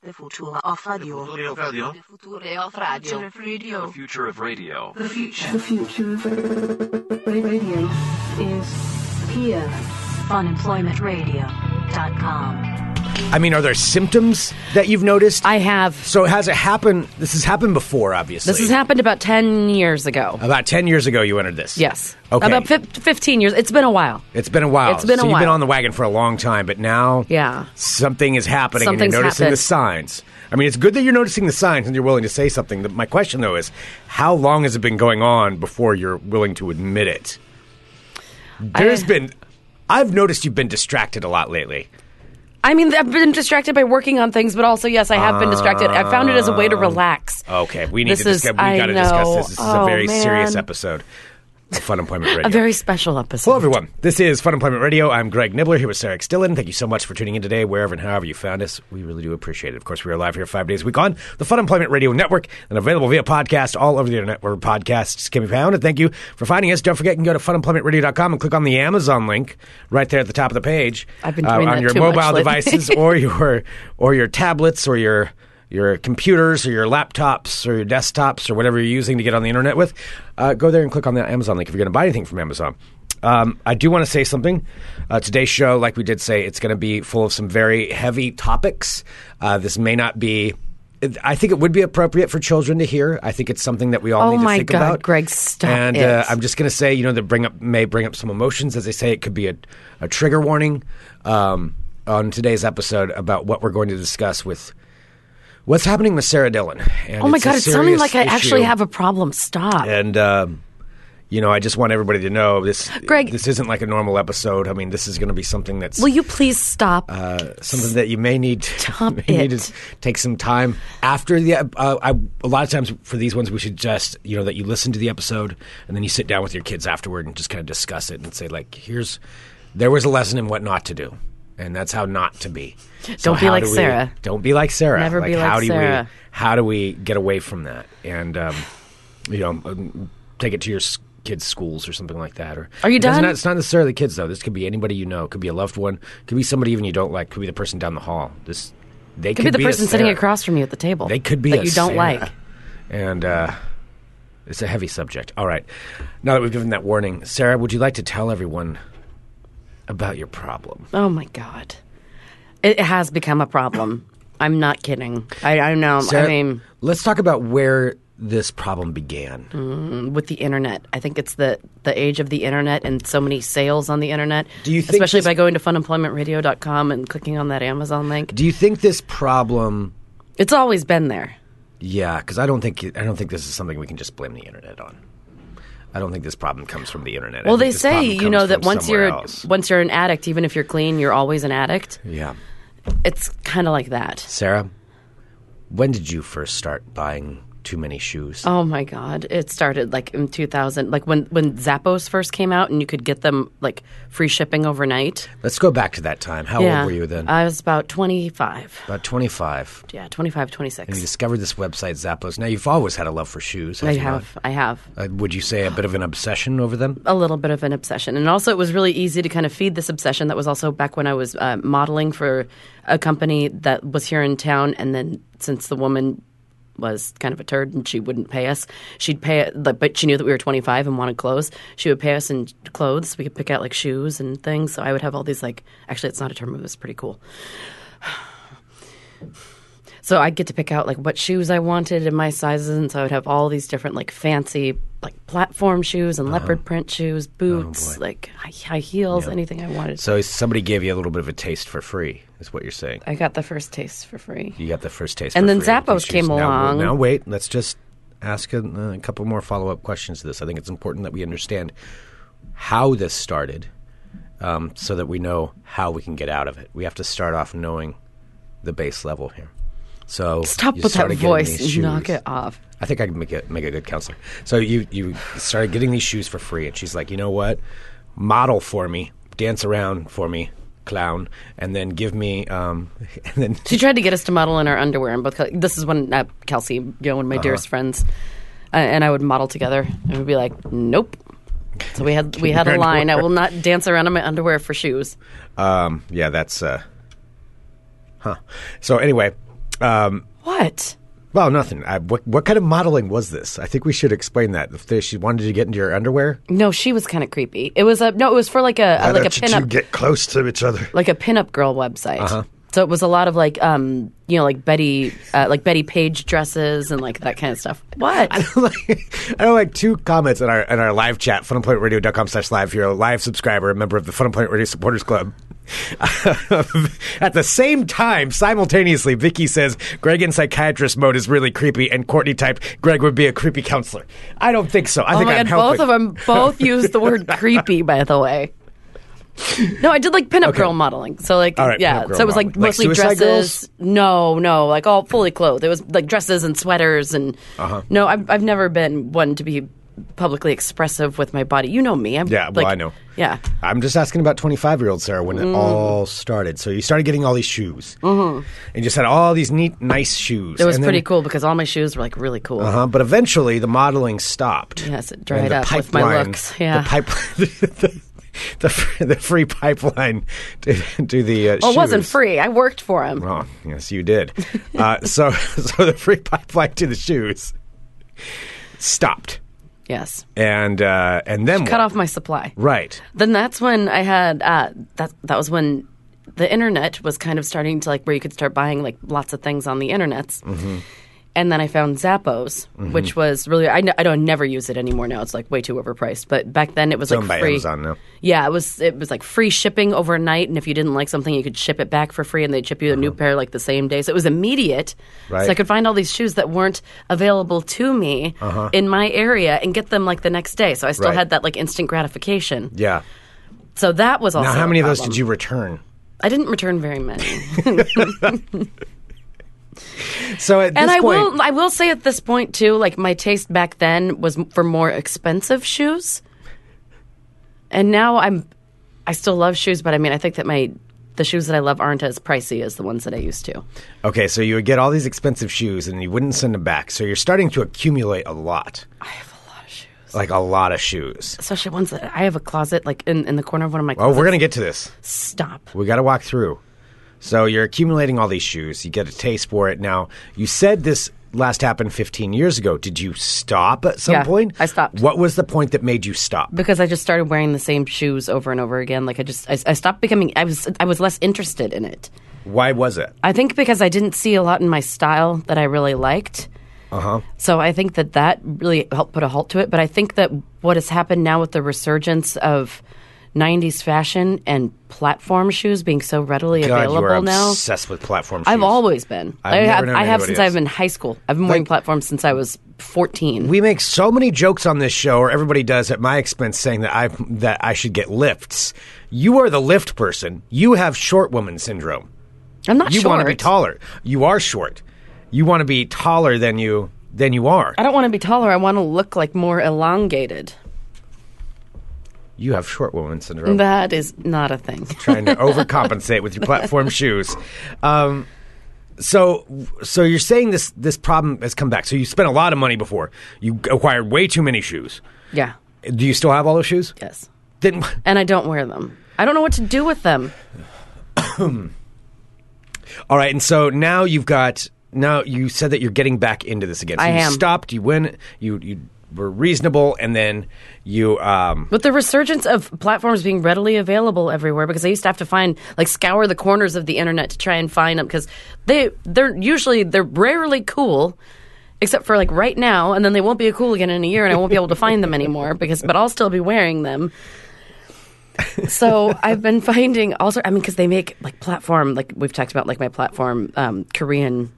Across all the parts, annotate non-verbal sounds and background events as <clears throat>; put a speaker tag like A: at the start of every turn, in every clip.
A: The future of radio.
B: Future of radio.
A: The future of radio.
B: The future of radio.
C: The future. The future of radio is here.
A: Unemploymentradio.com.
D: I mean, are there symptoms that you've noticed?
E: I have.
D: so has it happened? This has happened before, obviously.
E: This has happened about 10 years ago.
D: About ten years ago, you entered this.
E: Yes.
D: Okay.
E: About fif- 15 years. It's been a while.
D: It's been a while.
E: It's been a
D: so You've been
E: while.
D: on the wagon for a long time, but now,
E: Yeah.
D: something is happening, and
E: Something's
D: you're noticing
E: happened.
D: the signs. I mean, it's good that you're noticing the signs and you're willing to say something. The- My question though is, how long has it been going on before you're willing to admit it? There's been, I've noticed you've been distracted a lot lately.
E: I mean, I've been distracted by working on things, but also, yes, I have been distracted. I found it as a way to relax.
D: Okay, we need
E: This
D: to
E: is-
D: discuss.
E: I
D: We got to discuss
E: know.
D: this. This is a
E: Oh,
D: very serious
E: man.
D: episode. of Fun Employment Radio.
E: <laughs> A very special episode.
D: Hello, everyone. This is Fun Employment Radio. I'm Greg Nibbler here with Sarah Stillen. Thank you so much for tuning in today, wherever and however you found us. We really do appreciate it. Of course, we are live here five days a week on the Fun Employment Radio Network and available via podcast all over the internet where podcasts can be found. And thank you for finding us. Don't forget, you can go to funemploymentradio.com and click on the Amazon link right there at the top of the page. uh,
E: I've been doing
D: on
E: that
D: your
E: too much
D: mobile
E: lately.
D: devices or <laughs> your or your tablets or your your computers or your laptops or your desktops or whatever you're using to get on the internet with, uh, go there and click on the Amazon link if you're going to buy anything from Amazon. Um, I do want to say something. Uh, today's show, like we did say, it's going to be full of some very heavy topics. Uh, this may not be. I think it would be appropriate for children to hear. I think it's something that we all
E: Oh
D: need to
E: my
D: think
E: God,
D: about.
E: Greg, stop
D: And Uh,
E: it.
D: I'm just going to say, you know, they bring up may bring up some emotions. As they say, it could be a, a trigger warning um, on today's episode about what we're going to discuss with what's happening with Sarah Dillon. And
E: Oh my
D: it's a
E: God, it's sounding
D: serious
E: like I actually
D: issue.
E: have a problem. Stop.
D: And um, you know, I just want everybody to know this.
E: Greg-
D: this isn't like a normal episode. I mean, this is going to be something that's
E: Will you please stop?
D: Uh, something that you may need to, <laughs>
E: Stop
D: may need
E: it.
D: to take some time after the ep- uh, I, a lot of times for these ones we suggest you know that you listen to the episode and then you sit down with your kids afterward and just kind of discuss it and say like here's there was a lesson in what not to do and that's how not to be
E: Don't be
D: how
E: like
D: do we-
E: Sarah.
D: don't be like Sarah
E: Never be like
D: how do
E: Sarah.
D: we how do we get away from that and um, you know um, take it to your s- kids schools or something like that or
E: Are you
D: it doesn't
E: done?
D: have- it's not necessarily kids though. This could be anybody you know. Could be a loved one. Could be somebody even you don't like. Could be the person down the hall. This they
E: could be the
D: a
E: person sitting
D: Sarah.
E: across from you at the table.
D: They could be
E: that
D: a
E: you don't
D: Sarah.
E: like.
D: And uh, it's a heavy subject. All right. Now that we've given that warning, Sarah, would you like to tell everyone about your problem?
E: Oh my God, it has become a problem. I'm not kidding. I, I know.
D: Sarah,
E: I mean,
D: let's talk about where this problem began.
E: Mm. with the internet, I think it's the the age of the internet and so many sales on the internet.
D: Do you think
E: especially
D: this-
E: by going to funemploymentradio.com and clicking on that Amazon link?
D: Do you think this problem?
E: it's always been there.
D: Yeah, because I don't think I don't think this is something we can just blame the internet on. I don't think this problem comes from the internet. I
E: Well,
D: think
E: they
D: this
E: say
D: problem
E: you
D: comes
E: know
D: from
E: that once
D: somewhere
E: you're
D: else.
E: once you're an addict, even if you're clean, you're always an addict.
D: yeah.
E: It's kind of like that.
D: Sarah, when did you first start buying too many shoes?
E: Oh my God! It started like in 2000, like when when Zappos first came out, and you could get them like free shipping overnight.
D: Let's go back to that time. How old were you then?
E: I was about 25.
D: About 25.
E: Yeah, 25,
D: You
E: 26.
D: discovered this website, Zappos. Now, you've always had a love for shoes. have
E: I
D: you
E: have. I have.
D: not? Uh, would you say a bit of an obsession over them?
E: A little bit of an obsession. And also, it was really easy to kind of feed this obsession. That was also back when I was uh, modeling for a company that was here in town. And then, since the woman was kind of a turd and she wouldn't pay us, she'd pay it, like, but she knew that we were 25 and wanted clothes. She would pay us in clothes. We could pick out like shoes and things. So I would have all these, like, actually, it's not a term, it was pretty cool. <sighs> So I'd get to pick out like what shoes I wanted and my sizes, and so I would have all these different like fancy like platform shoes
D: Uh-huh.
E: and leopard print shoes, boots, like high, high heels, anything I wanted.
D: Oh, So, somebody gave you a little bit of a taste for free, is what you're saying.
E: I got the first taste for free.
D: You got the first taste
E: And
D: for
E: then
D: free with
E: Zappos
D: these shoes.
E: came
D: Now-
E: along.
D: Now, wait. Let's just ask a, a couple more follow up questions to this. I think it's important that we understand how this started um, so that we know how we can get out of it. We have to start off knowing the base level here. So
E: Stop
D: you
E: with that
D: started getting these
E: voice.
D: shoes.
E: Knock it off.
D: I think I can make a, make a good counselor. So you you started getting these shoes for free, and she's like, you know what? Model for me, dance around for me, clown, and then give me um, <laughs> and then
E: She tried to get us to model in our underwear, and both Kel- this is when uh, Kelsey, you know, one of my
D: Uh-huh.
E: dearest friends, uh, and I would model together, and we'd be like, "Nope." So we had we had a
D: Your
E: line. I
D: underwear.
E: will not dance around in my underwear for shoes.
D: Um, yeah, that's uh, huh. So anyway,
E: What?
D: Well, nothing. I, what, what kind of modeling was this? I think we should explain that. If they, she wanted you to get into your underwear,
E: No, she was kind of creepy. It was a no. It was for like a, a like
D: Why
E: a
D: don't you
E: pinup
D: get Uh-huh. close to each
E: <laughs>
D: other.
E: like a pinup girl website. So it was a lot of like um you know like Betty uh, like Betty Page dresses and like that kind of stuff. What?
D: I don't like two comments in our in our live chat, funemploymentradio.com slash live. If you're a live subscriber, a member of the Fun Employment Radio Supporters Club. <laughs> At the same time, simultaneously, Vicky says Greg in psychiatrist mode is really creepy, and Courtney typed Greg would be a creepy counselor. I don't think so. I
E: Oh
D: think
E: my
D: I'm
E: god,
D: helping.
E: both of them
D: <laughs>
E: both used the word creepy, by the way. No, I did like pinup girl modeling. So like
D: All right,
E: yeah.
D: pinup girl
E: So it was like
D: modeling. Like
E: mostly
D: Suicide
E: dresses. No, no, like all fully clothed. It was like dresses and sweaters and
D: Uh-huh.
E: No, I've I've never been one to be publicly expressive with my body. You know me. I'm
D: Yeah, well,
E: like-
D: I know.
E: Yeah.
D: I'm just asking about 25 year old Sarah when
E: Mm.
D: it all started. So you started getting all these shoes, mm-hmm. and you just had all these neat, nice shoes.
E: It was
D: And then-
E: pretty cool because all my shoes were like really cool.
D: Uh-huh, but eventually, the modeling stopped.
E: Yes, it
D: And
E: dried
D: the
E: up with my
D: pipeline-
E: looks,
D: <laughs>
E: yeah.
D: the pipeline, the, the, fr- the free pipeline to, to the. Uh,
E: Well, Oh, it wasn't
D: shoes.
E: free. I worked for him.
D: Oh, yes, you did.
E: <laughs>
D: uh, so, <laughs> so the free pipeline to the shoes stopped,
E: Yes.
D: and uh, and then
E: Cut
D: what?
E: off my supply.
D: Right.
E: Then that's when I had uh, that. That was when the internet was kind of starting to like where you could start buying like lots of things on the internets.
D: Mm-hmm.
E: And then I found Zappos, which was really I, n- I don't never use it anymore now. It's like way too overpriced. But back then it was
D: owned by
E: like free.
D: Amazon now.
E: Yeah, it was it was like free shipping overnight, and if you didn't like something, you could ship it back for free, and they'd ship you a new pair like the same day. So it was immediate.
D: Uh-huh. Right.
E: So I could find all these shoes that weren't available to me in my area and get them like the next day. So I still
D: Uh-huh. Right.
E: had that like instant gratification.
D: Yeah.
E: So that was also.
D: Now, how
E: a
D: many of those
E: problem.
D: did you return?
E: I didn't return very many,
D: So at
E: and
D: this
E: I
D: point,
E: will. I will say at this point too, like my taste back then was m- for more expensive shoes, and now I'm. I still love shoes, but I mean, I think that my the shoes that I love aren't as pricey as the ones that I used to.
D: okay, so you would get all these expensive shoes, and you wouldn't send them back. So you're starting to accumulate a lot,
E: I have a lot of shoes,
D: like a lot of shoes.
E: especially ones that I have a closet like in, in the corner of one of my.
D: Oh,
E: Closets.
D: we're gonna get to this.
E: stop.
D: We got to walk through. So you're accumulating all these shoes. You get a taste for it. Now, you said this last happened 15 years ago. Did you stop at some
E: Yeah,
D: point?
E: I stopped.
D: What was the point that made you stop?
E: because I just started wearing the same shoes over and over again. Like I just, I, I stopped becoming. I was, I was less interested in it.
D: Why was it?
E: I think because I didn't see a lot in my style that I really liked.
D: Uh-huh.
E: So I think that that really helped put a halt to it. But I think that what has happened now with the resurgence of 90s fashion and platform shoes being so readily
D: God, you are
E: available now.
D: obsessed with platform shoes.
E: I've always been.
D: I've
E: I
D: never
E: have,
D: known
E: I have
D: anybody
E: since
D: else.
E: I've been in high school. I've been wearing platforms since I was 14.
D: We make so many jokes on this show, or everybody does at my expense, saying that I that I should get lifts. You are the lift person. You have short woman syndrome.
E: I'm not
D: You
E: short.
D: want to be taller. You are short. You want to be taller than you than you are.
E: I don't want to be taller. I want to look like more elongated.
D: You have short woman syndrome.
E: <laughs> That is not a thing.
D: trying to overcompensate with your platform shoes. Um, so, so you're saying this this problem has come back. So you spent a lot of money before. You acquired way too many shoes.
E: yeah.
D: Do you still have all those shoes?
E: Yes.
D: Then
E: And I don't wear them. I don't know what to do with them.
D: all right. And so now you've got now you said that you're getting back into this again. So
E: I
D: you
E: am.
D: stopped. You went. You you were reasonable, and then you um,
E: With the resurgence of platforms being readily available everywhere, because I used to have to find like scour the corners of the internet to try and find them, because they they're usually they're rarely cool, except for like right now, and then they won't be cool again in a year, and I won't be able to find them anymore because, but I'll still be wearing them. so I've been finding also, I mean, because they make like platform, like we've talked about, like my platform um, Korean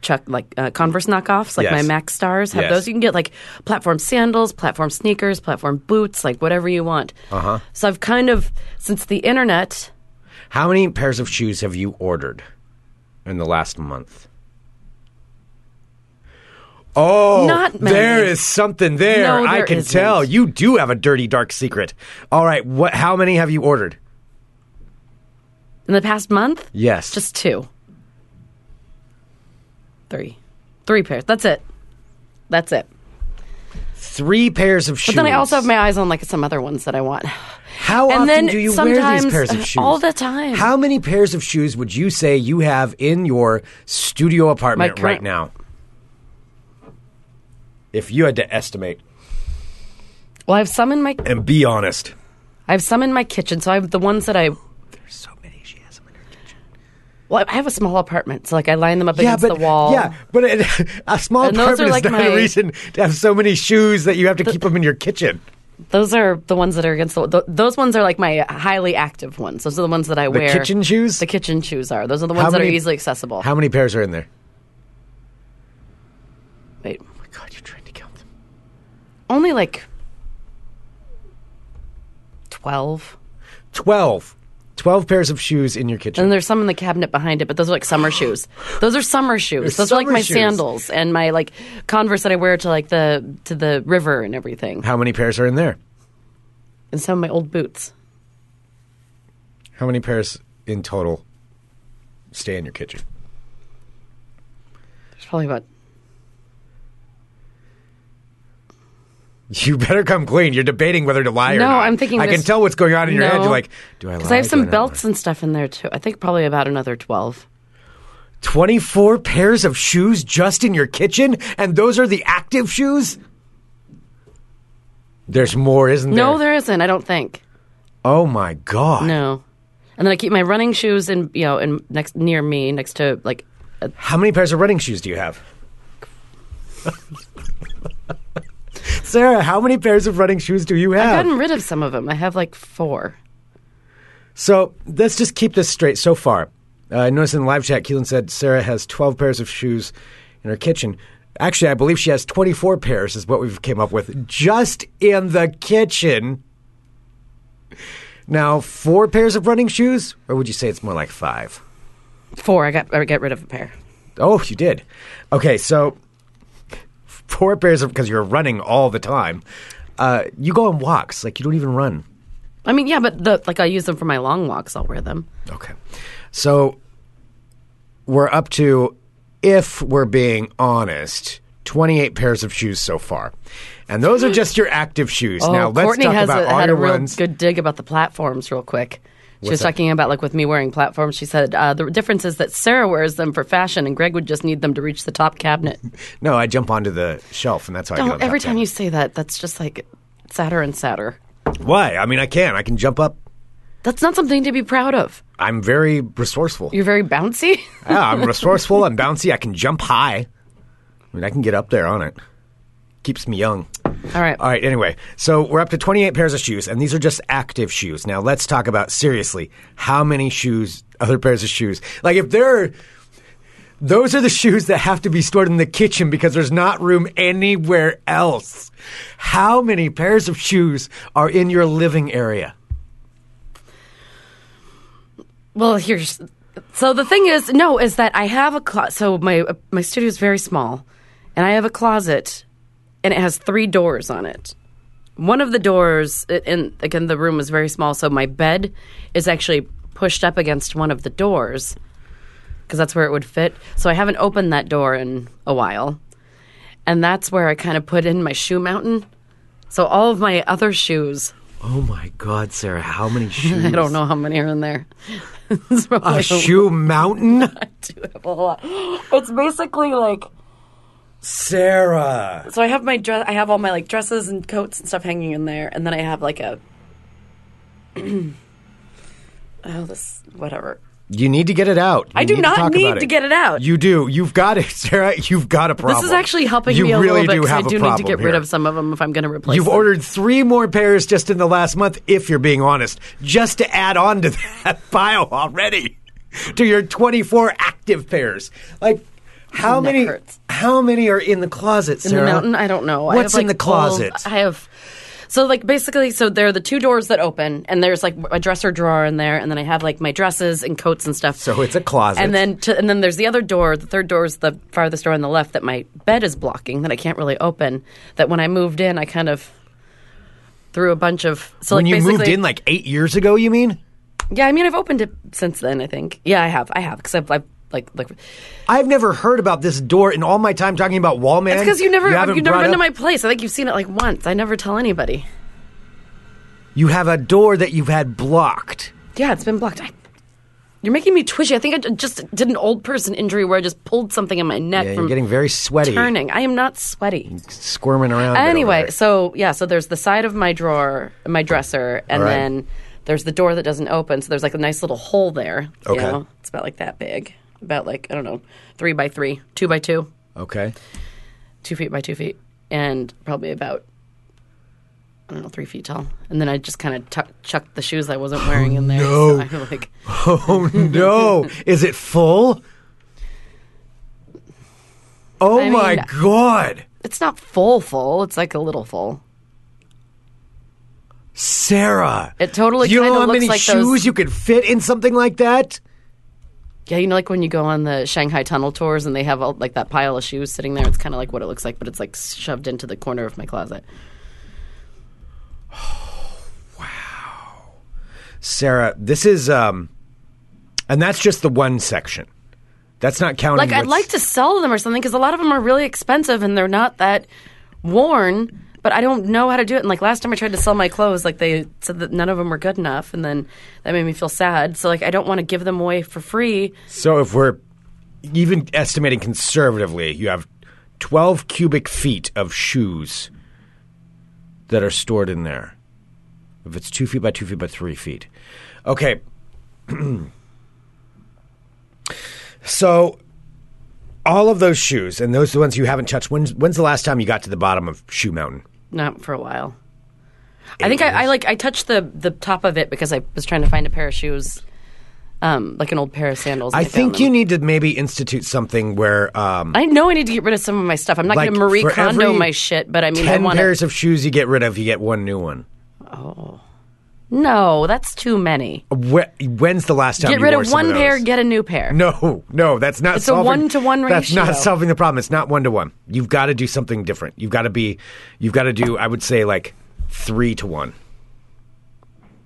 E: chuck like uh, Converse knockoffs, like
D: Yes.
E: my Max Stars have
D: Yes.
E: those. You can get like platform sandals, platform sneakers, platform boots, like whatever you want. Uh-huh. So I've kind of since the internet,
D: how many pairs of shoes have you ordered in the last month? Oh,
E: Not many.
D: there is something there.
E: No,
D: I
E: there
D: can
E: isn't.
D: tell you do have a dirty dark secret. All right, what? How many have you ordered?
E: in the past month,
D: Yes,
E: just two, three, three pairs. That's it. That's it.
D: three pairs of shoes.
E: But then I also have my eyes on like some other ones that I want.
D: How
E: and
D: often
E: then
D: do you wear
E: sometimes-
D: these pairs of shoes?
E: All the time.
D: How many pairs of shoes would you say you have in your studio apartment
E: current-
D: right now? If you had to estimate
E: Well, I have some in my
D: and be honest.
E: I have some in my kitchen, so I have the ones that I.
D: There's so many she has them in her kitchen.
E: Well, I have a small apartment, so like I line them up
D: Yeah,
E: against
D: but
E: the wall.
D: yeah, but it, <laughs> a small
E: And those
D: apartment
E: are
D: is
E: like
D: not a
E: my-
D: reason to have so many shoes that you have to keep them in your kitchen.
E: those are the ones that are against the. Th- those ones are like my highly active ones. Those are the ones that I
D: The
E: wear.
D: kitchen shoes.
E: The kitchen shoes are. Those are the ones that are
D: many-
E: easily accessible.
D: How many pairs are in there?
E: Wait,
D: Oh my god, you're trying to count them.
E: only like twelve.
D: Twelve. Twelve pairs of shoes in your kitchen.
E: And there's some in the cabinet behind it, but those are like summer shoes. Those are summer shoes. Those are like
D: summer
E: my
D: shoes.
E: sandals and my like Converse that I wear to like the to the river and everything,
D: How many pairs are in there?
E: and some of my old boots.
D: How many pairs in total stay in your kitchen? <laughs>
E: There's probably about
D: You better come clean. You're debating whether to lie or
E: No,
D: not.
E: I'm thinking
D: I can
E: there's-
D: tell what's going on in your head.
E: No.
D: You're like, do I lie?
E: Because I have
D: Do
E: some
D: not
E: belts
D: lie?
E: and stuff in there too. I think probably about another twelve.
D: 24 pairs of shoes just in your kitchen, and those are the active shoes? There's more, isn't there?
E: No, there isn't. I don't think.
D: Oh my god.
E: No. And then I keep my running shoes in you know in next near me next to like
D: How many pairs of running shoes do you
E: <laughs>
D: have? Sarah, how many pairs of running shoes do you have?
E: gotten rid of some of them. I have like four.
D: So let's just keep this straight so far. Uh, I noticed in the live chat, Keelan said Sarah has 12 pairs of shoes in her kitchen. Actually, I believe she has 24 pairs, is what we've came up with, just in the kitchen. Now, four pairs of running shoes, or would you say it's more like five?
E: Four. I got I got rid of a pair.
D: Oh, you did. Okay, so four pairs of, because you're running all the time. Uh, you go on walks, like you don't even run.
E: I mean, yeah, but the like I use them for my long walks. I'll wear them.
D: Okay. So we're up to, if we're being honest, 28 pairs of shoes so far. And those are just your active shoes. now, let's
E: Oh, Courtney
D: talk
E: has
D: about
E: a,
D: all
E: had a
D: your
E: real
D: ones.
E: good dig about the platforms, real quick. She was
D: that?
E: talking about like with me wearing platforms. She said uh, the difference is that Sarah wears them for fashion, and Greg would just need them to reach the
D: <laughs>
E: top cabinet.
D: No, I jump onto the shelf, and that's how I get on
E: Don't
D: top
E: every time
D: of
E: you say that, that's just like sadder and sadder.
D: it. Why? I mean, I can. I can jump up.
E: That's not something to be proud of.
D: I'm very resourceful.
E: <laughs> You're very bouncy.
D: yeah, I'm resourceful. I'm bouncy. I can jump high. I mean, I can get up there on it. Keeps me young.
E: All right.
D: All right, anyway, so we're up to 28 pairs of shoes, and these are just active shoes. Now, let's talk about seriously how many shoes, other pairs of shoes. Like, if there are, those are the shoes that have to be stored in the kitchen because there's not room anywhere else. How many pairs of shoes are in your living area?
E: Well, here's so the thing is no is that I have a closet. So my my studio is very small, and I have a closet, and it has three doors on it. One of the doors, it- and again, the room is very small, so my bed is actually pushed up against one of the doors because that's where it would fit. So I haven't opened that door in a while, and that's where I kind of put in my shoe mountain. So all of my other shoes,
D: Oh my God, Sarah, how many shoes?
E: I don't know how many are in there. <laughs> It's
D: <laughs>
E: probably
D: A shoe mountain?
E: <laughs> do have a lot. It's basically like
D: <laughs> Sarah.
E: so I have my dress I have all my like dresses and coats and stuff hanging in there and then I have like a <clears throat> Oh, this whatever.
D: You need to get it out. You
E: I do
D: need
E: not
D: to talk
E: need
D: about
E: to get it out.
D: You do. You've got it, <laughs> Sarah. You've got a problem.
E: Uh, This is actually helping
D: you
E: me a
D: really
E: little bit
D: do
E: because I
D: have a
E: do need to
D: problem
E: get rid
D: here.
E: of some of them if I'm going to replace
D: You've
E: them.
D: ordered three more pairs just in the last month, if you're being honest, just to add on to <laughs> that pile already to your 24 active pairs. Like, how
E: Neck
D: many?
E: hurts.
D: How many are in the closet,
E: in
D: Sarah?
E: the mountain. I don't know. I
D: What's
E: have,
D: in
E: like,
D: the closet?
E: all- I have. So like basically, so there are the two doors that open, and there's like a dresser drawer in there, and then I have like my dresses and coats and stuff.
D: So it's a closet.
E: And then to, and then there's the other door. The third door is the farthest door on the left that my bed is blocking that I can't really open. That when I moved in, I kind of threw a bunch of. So
D: when
E: like
D: you moved
E: basically-
D: in like eight years ago, you mean?
E: yeah, I mean I've opened it since then. I think yeah, I have, I have because I've, I've like like
D: I've never heard about this door in all my time talking about Wallman.
E: because you never you
D: haven't
E: have never
D: brought
E: been to
D: up-
E: my place. I think you've seen it like once. I never tell anybody.
D: You have a door that you've had blocked.
E: Yeah, it's been blocked. I, you're making me twitchy. I think I ju- just did an old person injury where I just pulled something in my neck
D: Yeah,
E: from
D: you're getting very sweaty,
E: turning. I am not sweaty.
D: squirming around. a bit over
E: Anyway,
D: there.
E: so yeah, so there's the side of my drawer, my dresser, and
D: All right.
E: then there's the door that doesn't open. So there's like a nice little hole there. You
D: Okay.
E: know? It's about like that big. About like, I don't know, three by three, two by two,
D: okay,
E: two feet by two feet, and probably about, I don't know, three feet tall. And then I just kind of tuck chucked the shoes I wasn't wearing in there. <laughs> So I feel like,
D: Oh <laughs> <laughs> no! Is it full? Oh
E: I
D: my
E: mean-
D: god!
E: it's not full, full. It's like a little full.
D: Sarah.
E: It totally
D: Do you know
E: kinda
D: how
E: looks
D: many
E: like
D: shoes
E: those-
D: you could fit in something like that?
E: Yeah, you know, like when you go on the Shanghai tunnel tours and they have all, like that pile of shoes sitting there. It's kind of like what it looks like, but it's like shoved into the corner of my closet.
D: Sarah, this is um and that's just the one section. That's not counting
E: Like I'd
D: what's-
E: like to sell them or something because a lot of them are really expensive and they're not that worn. But I don't know how to do it. And like last time I tried to sell my clothes, like they said that none of them were good enough, and then that made me feel sad. So like I don't want to give them away for free.
D: So if we're even estimating conservatively, you have 12 cubic feet of shoes that are stored in there. If it's two feet by two feet by three feet. Okay. <clears throat> so all of those shoes, and those are the ones you haven't touched, when's, when's the last time you got to the bottom of Shoe Mountain?
E: Not for a while. I think I, I like I touched the the top of it because I was trying to find a pair of shoes, um, like an old pair of sandals. and
D: I
E: found
D: think
E: them.
D: you need to maybe institute something where um,
E: I know I need to get rid of some of my stuff. I'm not
D: Like,
E: going to Marie
D: for
E: Kondo
D: every
E: my shit, but I mean, I
D: 10
E: want
D: pairs
E: to.
D: of shoes you get rid of, you get one new one.
E: No, that's too many.
D: Wh- when's the last time
E: Get
D: you
E: rid
D: wore
E: of
D: some
E: one
D: those?
E: pair, get a new pair.
D: No, no, that's not.
E: It's a
D: solving,
E: one-to-one
D: That's not
E: ratio.
D: solving the problem. It's not one to one. You've got to do something different. You've got to be. You've got to do. I would say like three to one.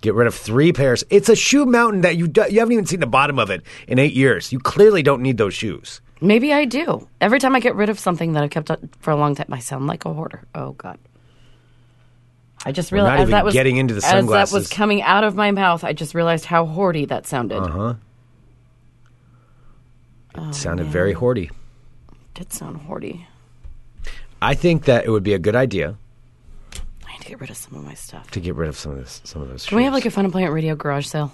D: Get rid of three pairs. It's a shoe mountain that you do, you haven't even seen the bottom of it in eight years. You clearly don't need those shoes.
E: Maybe I do. Every time I get rid of something that I've kept up for a long time, I sound like a hoarder. Oh God. I just
D: not
E: realized as
D: even
E: that was
D: getting into the
E: As that was
D: sunglasses.
E: coming out of my mouth, I just realized how hoardy that sounded.
D: Uh-huh.
E: Oh,
D: Sounded very hoardy.
E: Did sound hoardy.
D: I think that it would be a good idea
E: I need to get rid of some of my stuff.
D: to get rid of some of this. Some of those.
E: Can we have like a Fun and Plant Radio garage sale?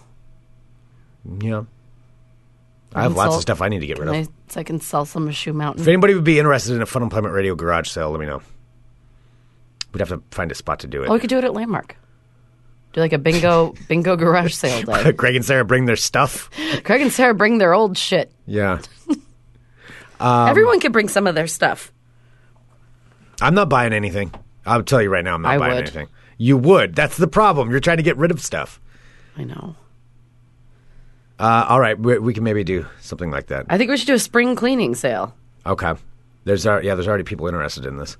D: yeah? I have lots of
E: Insult.
D: stuff I need to get rid of.
E: I, so I can sell some of Shoe Mountain.
D: If anybody would be interested in a Fun Employment Radio garage sale, let me know. We'd have to find a spot to do it.
E: Oh, we
D: <laughs>
E: could do it at Landmark. Do like a bingo bingo garage sale day.
D: Greg and Sarah bring their stuff.
E: Craig and Sarah bring their old shit.
D: Yeah. Um,
E: Everyone can bring some of their stuff.
D: I'm not buying anything. I'll tell you right now, I'm not
E: I
D: buying
E: would.
D: anything. You would. That's the problem. You're trying to get rid of stuff.
E: I know.
D: Uh, all right, we, we can maybe do something like that.
E: I think we should do a spring cleaning sale.
D: Okay. There's al- yeah, there's already people interested in this.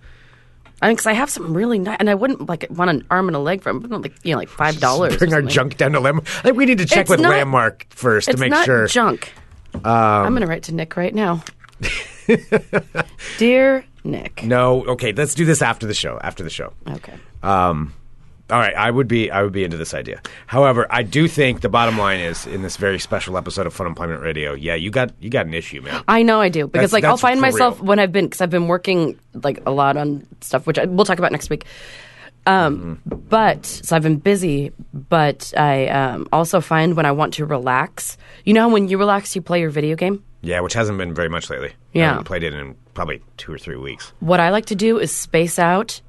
E: I mean, because I have some really nice, and I wouldn't like want an arm and a leg from, but like you know, like five dollars.
D: Bring our junk down to Landmark. I think we need to check
E: It's
D: with
E: not-
D: Landmark first
E: It's
D: to make
E: not
D: sure. Um,
E: junk. I'm gonna write to Nick
D: <laughs>
E: right now. Dear Nick.
D: No, okay, let's do this after the show. After the show.
E: Okay.
D: Um, All right, I would be I would be into this idea. However, I do think the bottom line is in this very special episode of Fun Employment Radio. Yeah, you got you got an issue, man.
E: I know I do because
D: That's-
E: like I'll
D: that's
E: find
D: for
E: myself
D: real.
E: when I've been because I've been working like a lot on stuff which I, we'll talk about next week. Um,
D: Mm-hmm.
E: But so I've been busy, but I um, also find when I want to relax. You know, how when you relax, you play your video game.
D: Yeah, which hasn't been very much lately.
E: Yeah.
D: I haven't played it in probably two or three weeks.
E: What I like to do is space out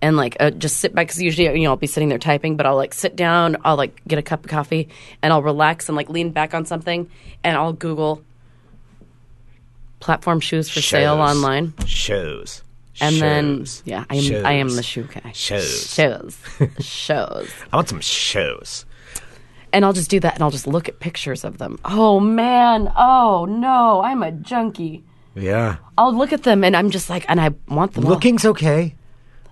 E: and like uh, just sit back because usually you know I'll be sitting there typing, but I'll like sit down, I'll like get a cup of coffee, and I'll relax and like lean back on something, and I'll Google platform shoes for sale
D: Shows.
E: online.
D: Shows.
E: and then
D: Shows.
E: yeah, I am I am the
D: Shows.
E: shoe guy.
D: Shows.
E: shows,
D: <laughs>
E: shows,
D: I want some shows.
E: and I'll just do that, and I'll just look at pictures of them. Oh man, oh no, I'm a junkie.
D: Yeah.
E: I'll look at them, and I'm just like, and I want them. all.
D: Looking's okay.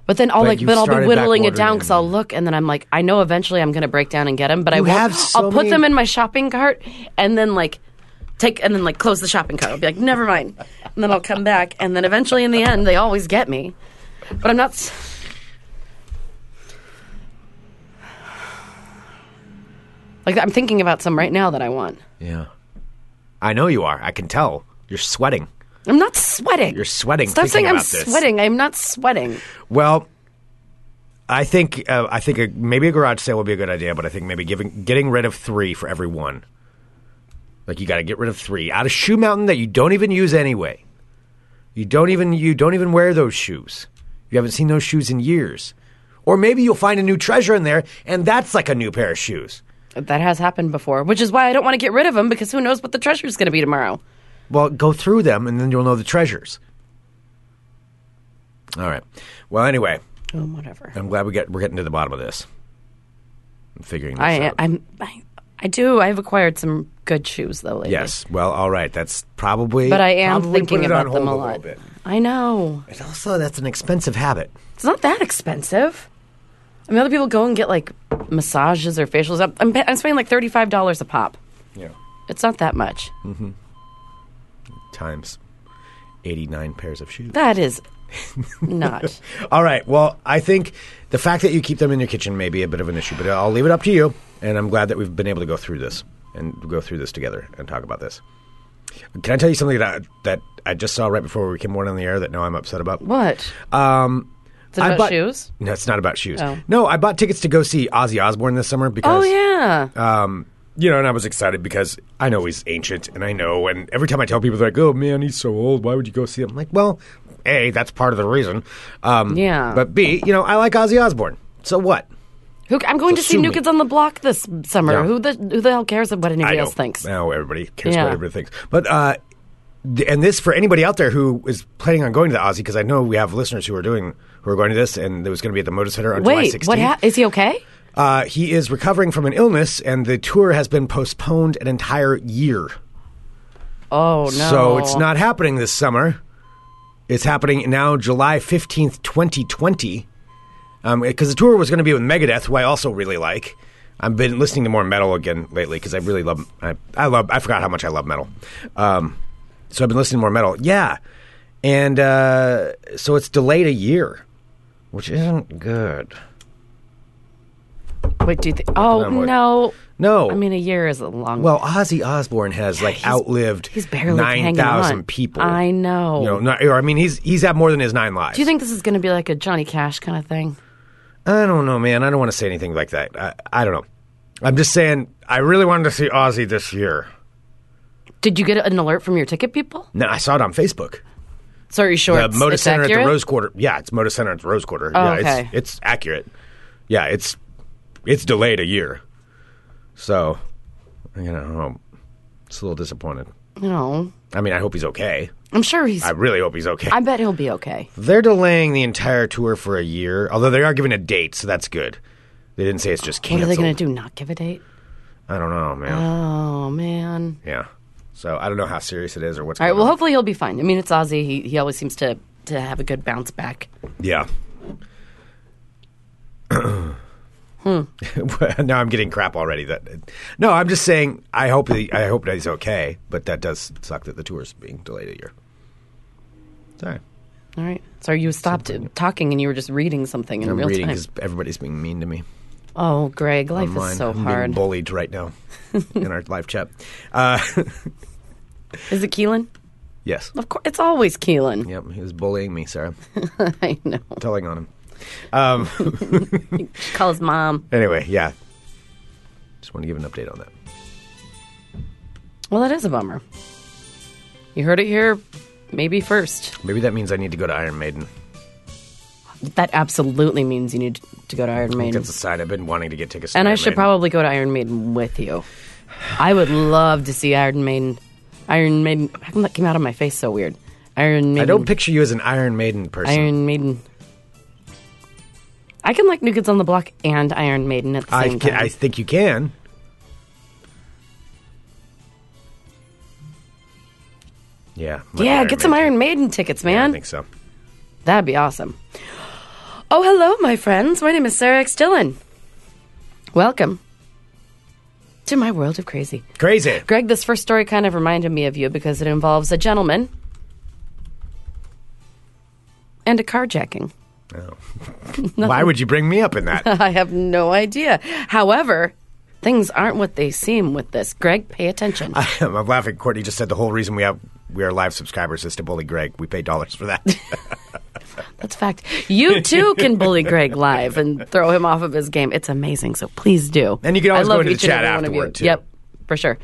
E: but then I'll
D: but
E: like,
D: you've
E: but I'll be
D: started
E: whittling it
D: backwarding
E: down because
D: and-
E: I'll look, and then I'm like, I know eventually I'm gonna break down and get them, but I
D: You
E: won't.
D: have so
E: I'll put
D: many-
E: them in my shopping cart, and then like. Take and then like close the shopping cart. I'll be like, never mind, and then I'll come back, and then eventually in the end, they always get me. But I'm not. s- Like I'm thinking about some right now that I want.
D: Yeah. I know you are. I can tell. You're sweating.
E: I'm not sweating.
D: You're sweating
E: Stop
D: thinking
E: saying I'm
D: about this.
E: sweating. I'm not sweating.
D: Well, I think uh, I think a, maybe a garage sale would be a good idea, but I think maybe giving getting rid of three for every one. Like you got to get rid of three out of shoe mountain that you don't even use anyway. You don't even you don't even wear those shoes. You haven't seen those shoes in years, or maybe you'll find a new treasure in there, and that's like a new pair of shoes.
E: That has happened before, which is why I don't want to get rid of them because who knows what the treasure's going to be tomorrow.
D: Well, go through them, and then you'll know the treasures. All right. Well, anyway,
E: Oh, whatever.
D: I'm glad we get we're getting to the bottom of this. I'm figuring this
E: I
D: out.
E: I'm I, I do. I've acquired some good shoes though lately.
D: Yes. Well, all right. That's probably.
E: But I am
D: probably
E: thinking
D: put it on
E: about them
D: hold
E: a
D: a little
E: lot.
D: bit.
E: I know.
D: And also, that's an expensive habit.
E: It's not that expensive. I mean, other people go and get like massages or facials. I'm, I'm, I'm spending like $35 a pop.
D: Yeah.
E: It's not that much.
D: Times eighty-nine pairs of shoes. <laughs>
E: That is not.
D: All right. Well, I think the fact that you keep them in your kitchen may be a bit of an issue, but I'll leave it up to you. And I'm glad that we've been able to go through this and go through this together and talk about this. Can I tell you something that I, that I just saw right before we came on the air that now I'm upset about?
E: What? Um, is it
D: I
E: about
D: bought-
E: shoes?
D: No, it's not about shoes.
E: Oh.
D: No, I bought tickets to go see Ozzy Osbourne this summer because
E: Oh, yeah.
D: Uh, you know, and I was excited because I know he's ancient, and I know, and every time I tell people, they're like, "Oh man, he's so old. Why would you go see him?" I'm like, well, a, that's part of the reason. Um,
E: Yeah.
D: But b, you know, I like Ozzy Osbourne. So what?
E: Who, I'm going to see
D: sue
E: New
D: me.
E: Kids on the Block this summer.
D: Yeah.
E: Who, the, who the hell cares what anybody
D: I
E: else
D: don't-
E: thinks?
D: No, everybody cares
E: Yeah.
D: what everybody thinks. But uh, th- and this for anybody out there who is planning on going to the Ozzy, because I know we have listeners who are doing who are going to this, and it was going to be at the Motor Center on July
E: Wait,
D: 16th.
E: what ha- is he okay?
D: Uh, he is recovering from an illness, and the tour has been postponed an entire year.
E: Oh, no.
D: So it's not happening this summer. It's happening now, July 15th, 2020. Because Um, the tour was going to be with Megadeth, who I also really like. I've been listening to more metal again lately because I really love. I, I love. I forgot how much I love metal. Um, so I've been listening to more metal. Yeah, and uh, so it's delayed a year, which isn't good.
E: Wait, do you think? Oh,
D: on wood.
E: no.
D: No,
E: I mean, a year is a long
D: Well, Ozzy Osbourne has like
E: he's-
D: outlived
E: he's barely
D: nine
E: hanging on.
D: thousand people.
E: I know.
D: You know, not, or, I mean, he's he's had more than his nine lives.
E: Do you think this is going to be like a Johnny Cash kind of thing?
D: I don't know, man. I don't want to say anything like that. I, I don't know. I'm just saying. I really wanted to see Ozzy this year.
E: Did you get an alert from your ticket people?
D: No, I saw it on Facebook.
E: So are you sure
D: The
E: it's,
D: Moda
E: it's
D: Center
E: accurate?
D: at the Rose Quarter. Yeah, it's Moda Center at the Rose Quarter.
E: Oh,
D: yeah,
E: okay.
D: it's it's accurate. Yeah, it's it's delayed a year. So, you know, um, it's a little disappointed.
E: No,
D: I mean, I hope he's okay.
E: I'm sure he's.
D: I
E: I,
D: really hope he's okay.
E: bet he'll be okay.
D: They're delaying the entire tour for a year, although they are giving a date, so that's good. They didn't say it's just
E: What are
D: canceled.
E: they going to do? Not give a date?
D: I don't know, man.
E: Oh man.
D: yeah. So I don't know how serious it is or what's
E: All right.
D: going
E: Well,
D: on.
E: hopefully he'll be fine. I mean, it's Ozzy. He he always seems to to have a good bounce back.
D: yeah. <laughs> hmm. now I'm getting crap already. That no, I'm just saying. I hope he, I hope that he's okay, but that does suck that the tour's being delayed a year. Sorry,
E: All right. So you stopped talking and you were just reading something in
D: I'm
E: real
D: reading
E: time.
D: because everybody's being mean to me.
E: Oh, Greg, life
D: Online.
E: is so
D: I'm being
E: hard.
D: bullied right
E: <laughs>
D: now in our live chat. Uh,
E: Is it Keelan?
D: yes.
E: Of course, it's always Keelan.
D: Yep, he was bullying me, Sarah.
E: <laughs> I know.
D: Telling on him.
E: Call his mom.
D: Anyway, yeah. Just want to give an update on that.
E: Well, that is a bummer. You heard it here, maybe first.
D: Maybe that means I need to go to Iron Maiden.
E: That absolutely means you need to go to Iron Maiden.
D: That's a sign I've been wanting to get tickets. to
E: And I
D: Iron
E: should
D: Maiden.
E: probably go to Iron Maiden with you. I would love to see Iron Maiden. Iron Maiden. How come that came out of my face so weird? Iron Maiden.
D: I don't picture you as an Iron Maiden person.
E: Iron Maiden. I can like New Kids on the Block and Iron Maiden at the
D: I
E: same
D: can,
E: time.
D: I think you can. Yeah. my
E: yeah, get some
D: Maiden.
E: Iron Maiden tickets,
D: Yeah,
E: man.
D: I think so.
E: That'd be awesome. Oh, hello, my friends. My name is Sarah X. Dillon. Welcome to my world of crazy.
D: Crazy.
E: Greg, this first story kind of reminded me of you because it involves a gentleman and a carjacking. <laughs>
D: Why would you bring me up in that? <laughs>
E: I have no idea. However, Things aren't what they seem with this. Greg, pay attention.
D: I'm laughing. Courtney just said the whole reason we have we are live subscribers is to bully Greg. We pay dollars for
E: <laughs>
D: that.
E: That's a fact. You too can bully Greg live and throw him off of his game. It's amazing. So please do.
D: And you can always
E: I love
D: go into the
E: each and
D: chat
E: every one of you.
D: afterward, too.
E: Yep, for sure.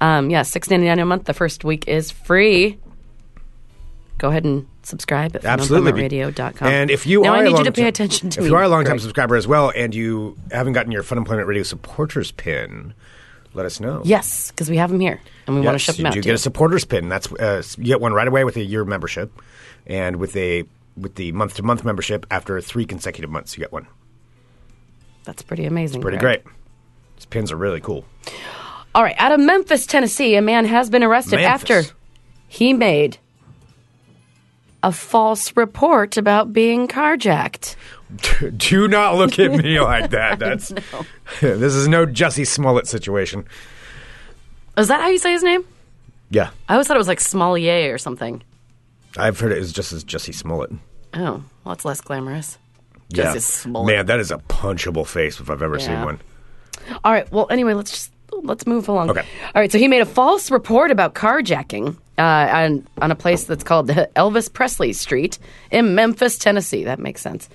E: Um, yeah, six ninety nine a month. The first week is free. Go ahead and subscribe at
D: Absolutely.
E: funemploymentradio.com.
D: And if you
E: Oh. now
D: are
E: I
D: a
E: need you to
D: long-term-
E: pay attention to
D: if
E: me,
D: you are a long time
E: Greg.
D: subscriber as well, and you haven't gotten your Fun Employment Radio supporters pin, let us know.
E: Yes, because we have them here and we want
D: Yes,
E: to ship them
D: you
E: out.
D: do
E: to
D: get
E: you.
D: a supporters pin. That's uh, you get one right away with a year membership, and with a with the month to month membership after three consecutive months, you get one.
E: That's pretty amazing.
D: Pretty
E: Greg.
D: great. These pins are really cool.
E: All right, out of Memphis, Tennessee, a man has been arrested
D: Memphis.
E: after he made a false report about being carjacked.
D: <laughs> Do not look at me
E: <laughs>
D: like that. That's <laughs> this is no Jesse Smollett situation.
E: Is that how you say his name?
D: Yeah,
E: I always thought it was like Smollier or something.
D: I've heard it is just as Jesse Smollett.
E: Oh, well, that's less glamorous.
D: Yeah.
E: Jesse Smollett.
D: Man, that is a punchable face if I've ever seen
E: Yeah.
D: one.
E: All right. Well, anyway, let's just let's move along.
D: Okay.
E: All right. So he made a false report about carjacking uh, on on a place that's called Elvis Presley Street in Memphis, Tennessee. That makes sense.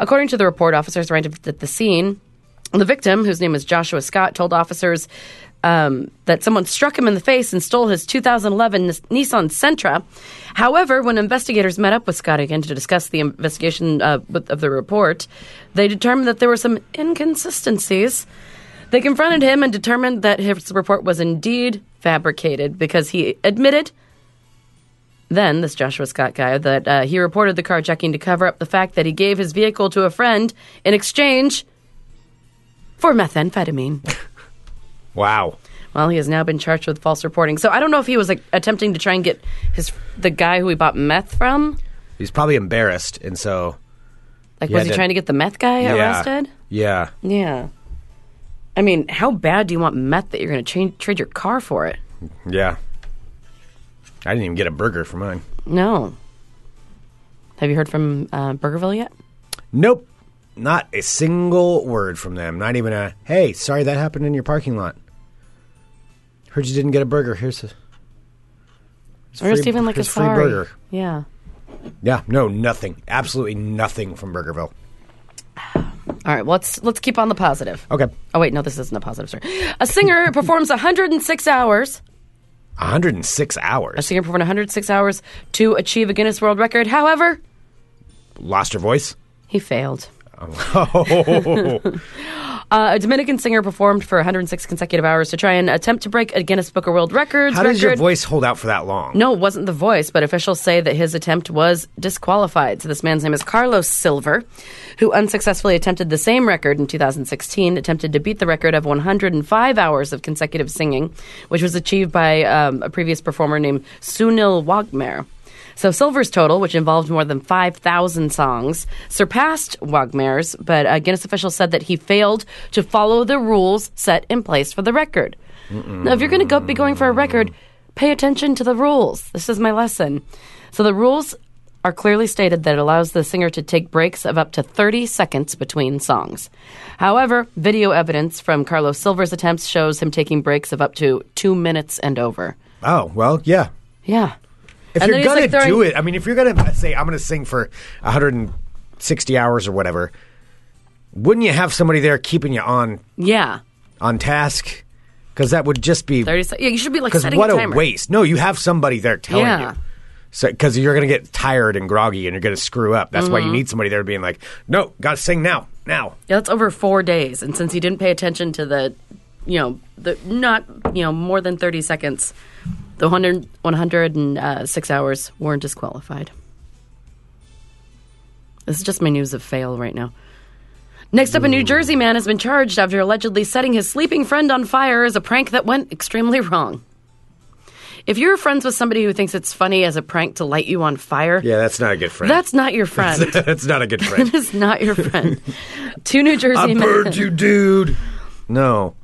E: According to the report, officers arrived at the scene. The victim, whose name is Joshua Scott, told officers um, that someone struck him in the face and stole his 2011 Nis- Nissan Sentra. However, when investigators met up with Scott again to discuss the investigation uh, with, of the report, they determined that there were some inconsistencies. They confronted him and determined that his report was indeed fabricated because he admitted then, this Joshua Scott guy, that uh, he reported the carjacking to cover up the fact that he gave his vehicle to a friend in exchange for methamphetamine.
D: <laughs> Wow.
E: well, he has now been charged with false reporting. So I don't know if he was like attempting to try and get his the guy who he bought meth from.
D: He's probably embarrassed, and so
E: Like,
D: Yeah,
E: was he
D: that-
E: trying to get the meth guy
D: yeah,
E: arrested?
D: yeah.
E: Yeah. I mean, how bad do you want meth that you're going to change trade your car for it?
D: Yeah. I didn't even get a burger for mine.
E: No. Have you heard from uh, Burgerville yet?
D: Nope. Not a single word from them. Not even a, hey, sorry that happened in your parking lot. Heard you didn't get a burger. Here's a. here's
E: Or just
D: free-
E: even like a
D: here's free
E: sorry?
D: burger.
E: Yeah.
D: Yeah, no, nothing. Absolutely nothing from Burgerville.
E: All right. Well, let's let's keep on the positive.
D: Okay.
E: Oh wait, no, this isn't a positive. Sorry. A singer <laughs> performs 106 hours.
D: 106
E: A
D: hours.
E: singer performed 106 hours to achieve a Guinness World Record. However,
D: Lost your voice?
E: he failed.
D: Oh, <laughs>
E: <laughs> Uh, a Dominican singer performed for 106 consecutive hours to try and attempt to break a Guinness Book of World Records
D: how
E: record.
D: does your voice hold out for that long?
E: No, it wasn't the voice, but officials say that his attempt was disqualified. So this man's name is Carlos Silver, who unsuccessfully attempted the same record in 2016, attempted to beat the record of 105 hours of consecutive singing, which was achieved by um, a previous performer named Sunil Wagmer. So Silver's total, which involved more than 5,000 songs, surpassed Wagner's, but uh, Guinness officials said that he failed to follow the rules set in place for the record. Now, if you're going to go, be going for a record, pay attention to the rules. This is my lesson. So the rules are clearly stated that it allows the singer to take breaks of up to 30 seconds between songs. However, video evidence from Carlos Silver's attempts shows him taking breaks of up to two minutes and over.
D: Oh, well, yeah.
E: Yeah.
D: If
E: And
D: you're
E: then he's,
D: gonna
E: like, throwing-
D: do it, I mean, if you're gonna uh, say I'm gonna sing for 160 hours or whatever, wouldn't you have somebody there keeping you on
E: Yeah.
D: on task? Because that would just be
E: 30 seconds. Yeah, you should be like
D: because
E: setting
D: what a,
E: a timer.
D: waste. No, you have somebody there telling
E: Yeah.
D: you. Because you're going to get tired and groggy and you're going to screw up. That's
E: Mm-hmm.
D: why you need somebody there being like, no, got to sing now, now.
E: Yeah, that's over four days. And since he didn't pay attention to the, you know, the not, you know, more than 30 seconds, the 100, 106 uh, hours weren't disqualified. This is just my news of fail right now. Next up, a New Jersey man has been charged after allegedly setting his sleeping friend on fire as a prank that went extremely wrong. If you're friends with somebody who thinks it's funny as a prank to light you on fire,
D: Yeah, that's not a good friend.
E: that's not your friend.
D: <laughs> that's not a good friend.
E: <laughs> is not your friend. two New
D: I
E: Jersey men,
D: burned you, dude. No.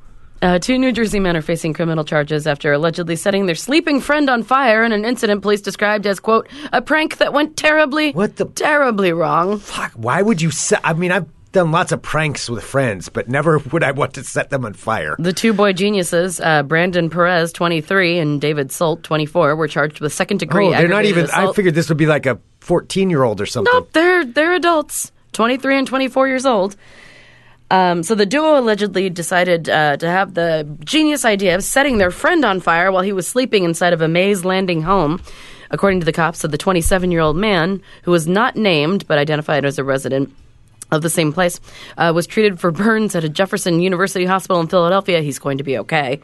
E: uh, two New Jersey men are facing criminal charges after allegedly setting their sleeping friend on fire in an incident police described as quote a prank that went terribly
D: What the-
E: terribly wrong.
D: Fuck, why would you set? I mean, I've done lots of pranks with friends, but never <laughs> would I want to set them on fire.
E: The two boy geniuses, uh, Brandon Perez, 23, and David Salt, 24, were charged with second degree.
D: Oh, they're not
E: aggravated
D: even. I
E: assault.
D: figured this would be like a 14 year old or something.
E: Nope, they're they're adults, 23 and 24 years old. Um, so the duo allegedly decided uh, to have the genius idea of setting their friend on fire while he was sleeping inside of a Mays Landing home. According to the cops, of the 27-year-old man who was not named but identified as a resident of the same place uh, was treated for burns at a Jefferson University hospital in Philadelphia. He's going to be okay.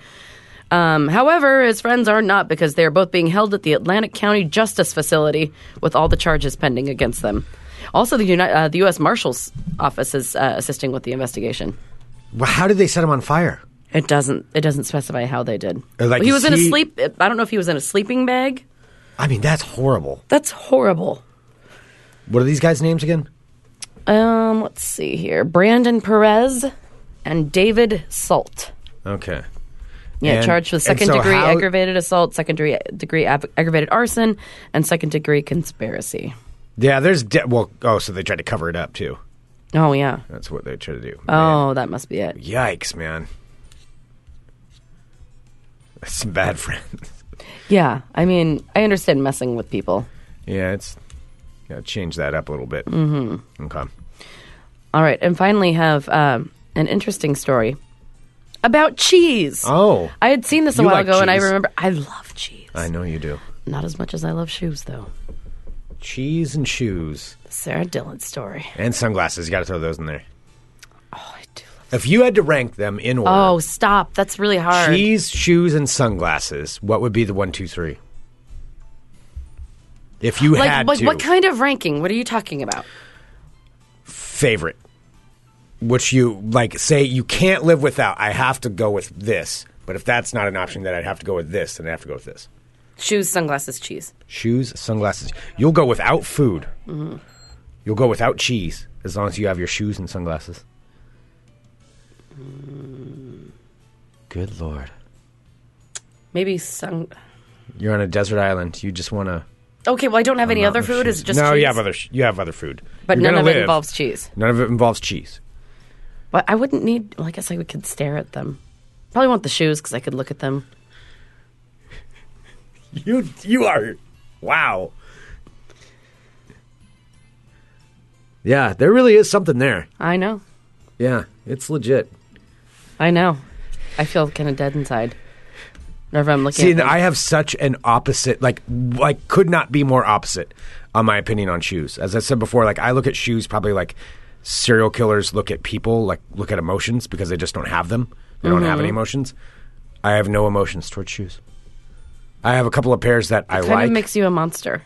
E: Um, however, his friends are not because they are both being held at the Atlantic County Justice Facility with all the charges pending against them. Also, the, Uni- uh, the U.S. Marshal's Office is uh, assisting with the investigation.
D: Well, how did they set them on fire?
E: It doesn't. It doesn't specify how they did.
D: Uh, like,
E: he was in a
D: is he-
E: sleep. I don't know if he was in a sleeping bag.
D: I mean, that's horrible.
E: That's horrible.
D: What are these guys' names again?
E: Um, let's see here. Brandon Perez and David Salt.
D: Okay.
E: Yeah,
D: And-
E: charged with
D: and
E: second
D: so
E: degree
D: how-
E: aggravated assault, second degree, degree ab- aggravated arson, and second degree conspiracy.
D: Yeah, there's. De- well, oh, so they tried to cover it up, too.
E: Oh yeah.
D: That's what they try to do. Man.
E: Oh, that must be it.
D: Yikes, man. That's some bad friends.
E: Yeah, I mean, I understand messing with people.
D: Yeah, it's. Gotta change that up a little bit. Mm-hmm. Okay.
E: All right, and finally have um, an interesting story about cheese.
D: Oh.
E: I had seen this a
D: You
E: while
D: like
E: ago, and I
D: cheese.
E: remember I love cheese.
D: I know you do.
E: Not as much as I love shoes, though.
D: Cheese and shoes.
E: Sarah Dillon story.
D: And sunglasses. You gotta throw those in there.
E: Oh, I do. Love-
D: If you had to rank them in order
E: oh, stop! That's really hard.
D: cheese, shoes, and sunglasses, what would be the one, two, three? If you
E: like,
D: had
E: like
D: to.
E: what kind of ranking? What are you talking about?
D: favorite? Which you like say you can't live without. I have to go with this. But if that's not an option, then I'd have to go with this, then I'd have to go with this.
E: Shoes, sunglasses, cheese.
D: Shoes, sunglasses. You'll go without food. You'll go without cheese as long as you have your shoes and sunglasses. Good lord.
E: Maybe sun.
D: You're on a desert island. You just want to.
E: Okay, well, I don't have any other food. Is
D: Is
E: it just
D: no.
E: cheese?
D: You have other. sh- You have other food.
E: but
D: You're
E: none
D: gonna
E: of it
D: live.
E: involves cheese.
D: None of it involves cheese.
E: But I wouldn't need. Well, I guess I would- could stare at them. Probably want the shoes because I could look at them.
D: You. You are. Wow. Yeah, there really is something there.
E: I know.
D: Yeah, it's legit.
E: I know. I feel kind of dead inside. Whenever I'm looking
D: See,
E: at
D: and
E: them.
D: I have such an opposite, like, like could not be more opposite on my opinion on shoes. As I said before, like I look at shoes probably like serial killers look at people, like look at emotions because they just don't have them. They don't have any emotions. I have no emotions towards shoes. I have a couple of pairs that I
E: kind
D: like,
E: of makes you a monster.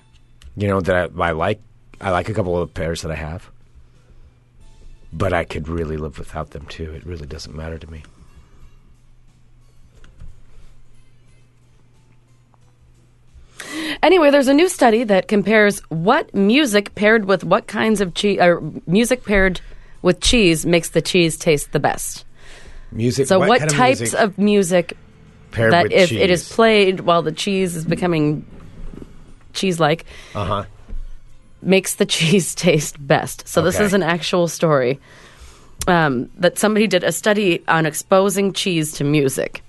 D: you know, that I, I like. I like a couple of pairs that I have, but I could really live without them too. It really doesn't matter to me.
E: Anyway, there's a new study that compares what music paired with what kinds of cheese, or music paired with cheese makes the cheese taste the best.
D: Music.
E: So, what,
D: kind of
E: types
D: music
E: of music
D: paired
E: that
D: with
E: if it is
D: cheese?
E: played while the cheese is becoming cheese-like
D: Uh-huh.
E: makes the <laughs> cheese taste best. So this
D: Okay.
E: is an actual story um, that somebody did a study on exposing cheese to music.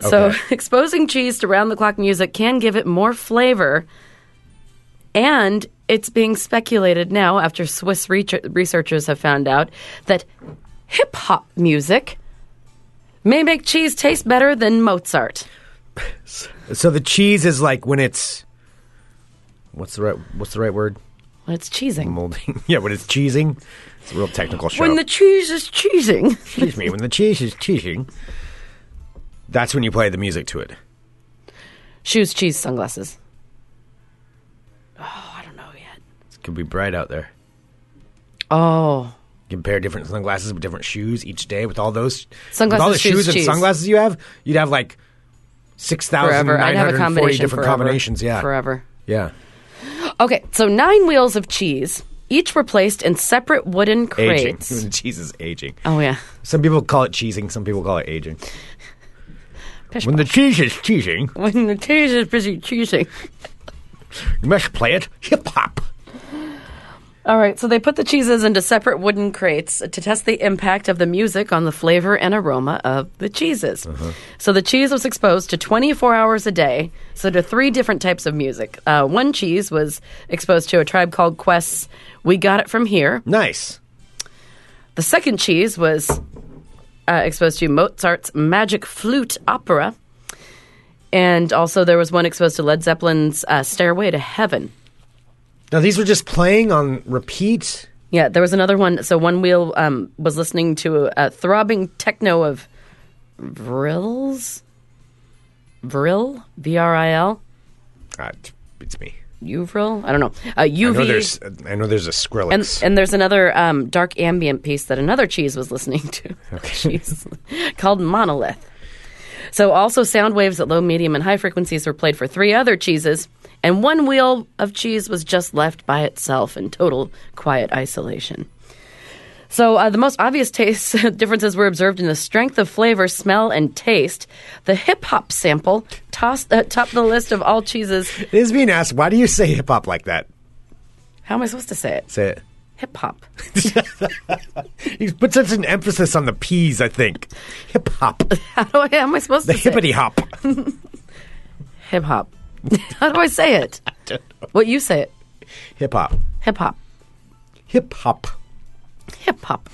E: So
D: Okay.
E: <laughs> exposing cheese to round-the-clock music can give it more flavor, and it's being speculated now after Swiss re- researchers have found out that hip hop music may make cheese taste better than Mozart.
D: So the cheese is like when it's what's the right what's the right word?
E: When it's cheesing.
D: Molding. <laughs> yeah, when it's cheesing. It's a real technical show.
E: When the <laughs> cheese is cheesing. <laughs>
D: Excuse me, when the cheese is cheesing. That's when you play the music to it.
E: Shoes, cheese, sunglasses. Oh, I don't know yet.
D: It could be bright out there.
E: Oh,
D: You can pair different sunglasses with different shoes each day with all those
E: Sunglasses,
D: with all the
E: shoes,
D: shoes, and
E: cheese.
D: sunglasses you have, you'd have like six thousand
E: forever. I'd
D: nine
E: have
D: hundred
E: a
D: and
E: combination.
D: forty different
E: forever.
D: combinations. Yeah.
E: Forever.
D: Yeah.
E: Okay, so nine wheels of cheese, each were placed in separate wooden
D: Aging. <laughs>
E: crates.
D: When the cheese is aging.
E: Oh, yeah.
D: Some people call it cheesing, some people call it aging.
E: Pish
D: When the cheese is cheesing,
E: when the cheese is busy cheesing.
D: You must play it hip hop.
E: All right, so they put the cheeses into separate wooden crates to test the impact of the music on the flavor and aroma of the cheeses.
D: Uh-huh.
E: So the cheese was exposed to 24 hours a day, so to three different types of music. Uh, one cheese was exposed to a tribe called Quest's We Got It From Here.
D: Nice.
E: The second cheese was uh, exposed to Mozart's Magic Flute Opera. And also, there was one exposed to Led Zeppelin's uh, Stairway to Heaven.
D: Now these were just playing on repeat.
E: Yeah, there was another one. So one wheel um, was listening to a, a throbbing techno of vrills, vril, v r i l,
D: Uh, t- it's me.
E: uvril. I don't know. Uh,
D: I know
E: UV.
D: there's. I know there's a Skrillex.
E: And, and there's another um, dark ambient piece that another cheese was listening to, <laughs> cheese, called Monolith. So, also sound waves at low, medium, and high frequencies were played for three other cheeses, and one wheel of cheese was just left by itself in total quiet isolation. So, uh, the most obvious taste <laughs> differences were observed in the strength of flavor, smell, and taste. The hip hop sample tossed, uh, topped the list of all cheeses.
D: it is being asked. Why do you say hip hop like that?
E: How am I supposed to say it?
D: Say it.
E: Hip hop.
D: You put such an emphasis on the P's. I think hip
E: <laughs>
D: hop,
E: <laughs> How do I, how am I supposed
D: the
E: to say it?
D: hippity
E: <laughs>
D: hop.
E: Hip hop. <laughs> How do I
D: <laughs>
E: say it? What you say it?
D: hip hop,
E: Hip hop.
D: hip hop.
E: Hip hop.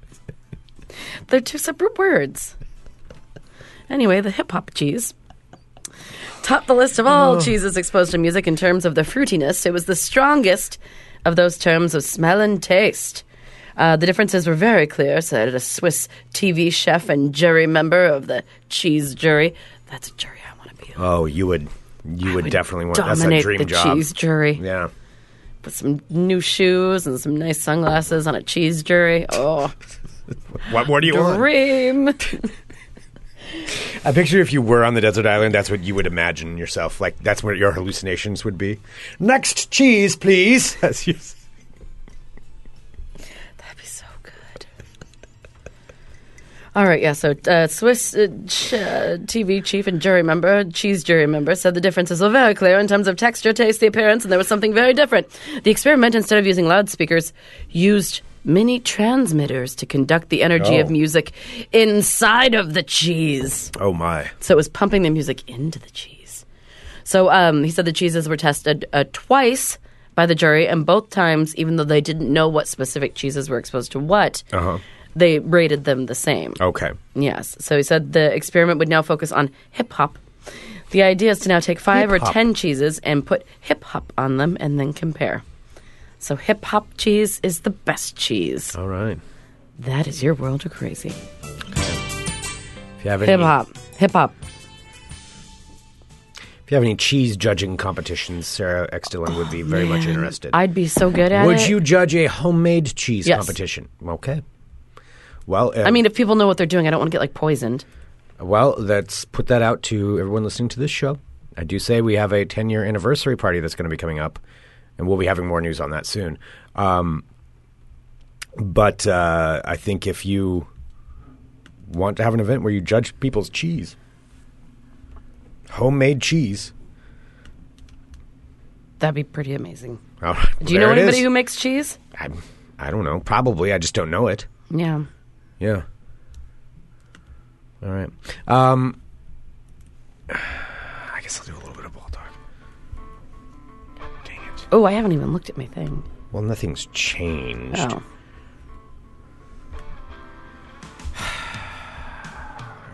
E: <laughs> They're two separate words. Anyway, the hip hop cheese topped the list of
D: Oh.
E: all cheeses exposed to music in terms of the fruitiness. It was the strongest of those terms of smell and taste. Uh, the differences were very clear, said a Swiss TV chef and jury member of the cheese jury. That's a jury I want to be on.
D: Oh, you would, you would, definitely want. That's a
E: Dominate
D: dream
E: the
D: job.
E: cheese jury.
D: Yeah.
E: with some new shoes and some nice sunglasses on a cheese jury. Oh,
D: What more do you want?
E: dream.
D: I picture if you were on the desert island, that's what you would imagine yourself. Like that's what your hallucinations would be. Next cheese, please. <laughs> That's you-
E: That'd be so good. All right, yeah. So, uh, Swiss uh, ch- uh, TV chief and jury member, cheese jury member, said the differences were very clear in terms of texture, taste, the appearance, and there was something very different. The experiment, instead of using loudspeakers, used mini transmitters to conduct the energy
D: Oh.
E: of music inside of the cheese.
D: oh my.
E: So it was pumping the music into the cheese. So um, he said the cheeses were tested uh, twice by the jury, and both times, even though they didn't know what specific cheeses were exposed to what,
D: Uh-huh.
E: they rated them the same.
D: Okay.
E: Yes. So he said the experiment would now focus on hip hop. The idea is to now take 5 or
D: Hip-hop.
E: ten cheeses and put hip hop on them and then compare. So hip hop cheese is the best cheese.
D: All right.
E: That is your world of crazy.
D: If you have any,
E: Hip hop. Hip hop.
D: if you have any cheese judging competitions, Sarah X Dillon would be very much interested.
E: I'd be so good at it.
D: would you judge a homemade cheese
E: Yes.
D: competition? Okay. Well, uh,
E: I mean, if people know what they're doing, I don't want to get like poisoned.
D: well, let's put that out to everyone listening to this show. I do say we have a 10 year anniversary party that's going to be coming up, and we'll be having more news on that soon. Um, but uh, I think if you want to have an event where you judge people's cheese, homemade cheese. <laughs>
E: That'd be pretty amazing.
D: All right,
E: Do you
D: there
E: know
D: it
E: anybody
D: is.
E: who makes cheese?
D: I, I don't know. Probably. I just don't know it.
E: Yeah.
D: Yeah. All right. Um, <sighs> I guess I'll do a little bit of ball talk. God dang it.
E: Oh, I haven't even looked at my thing.
D: Well, nothing's changed.
E: Oh.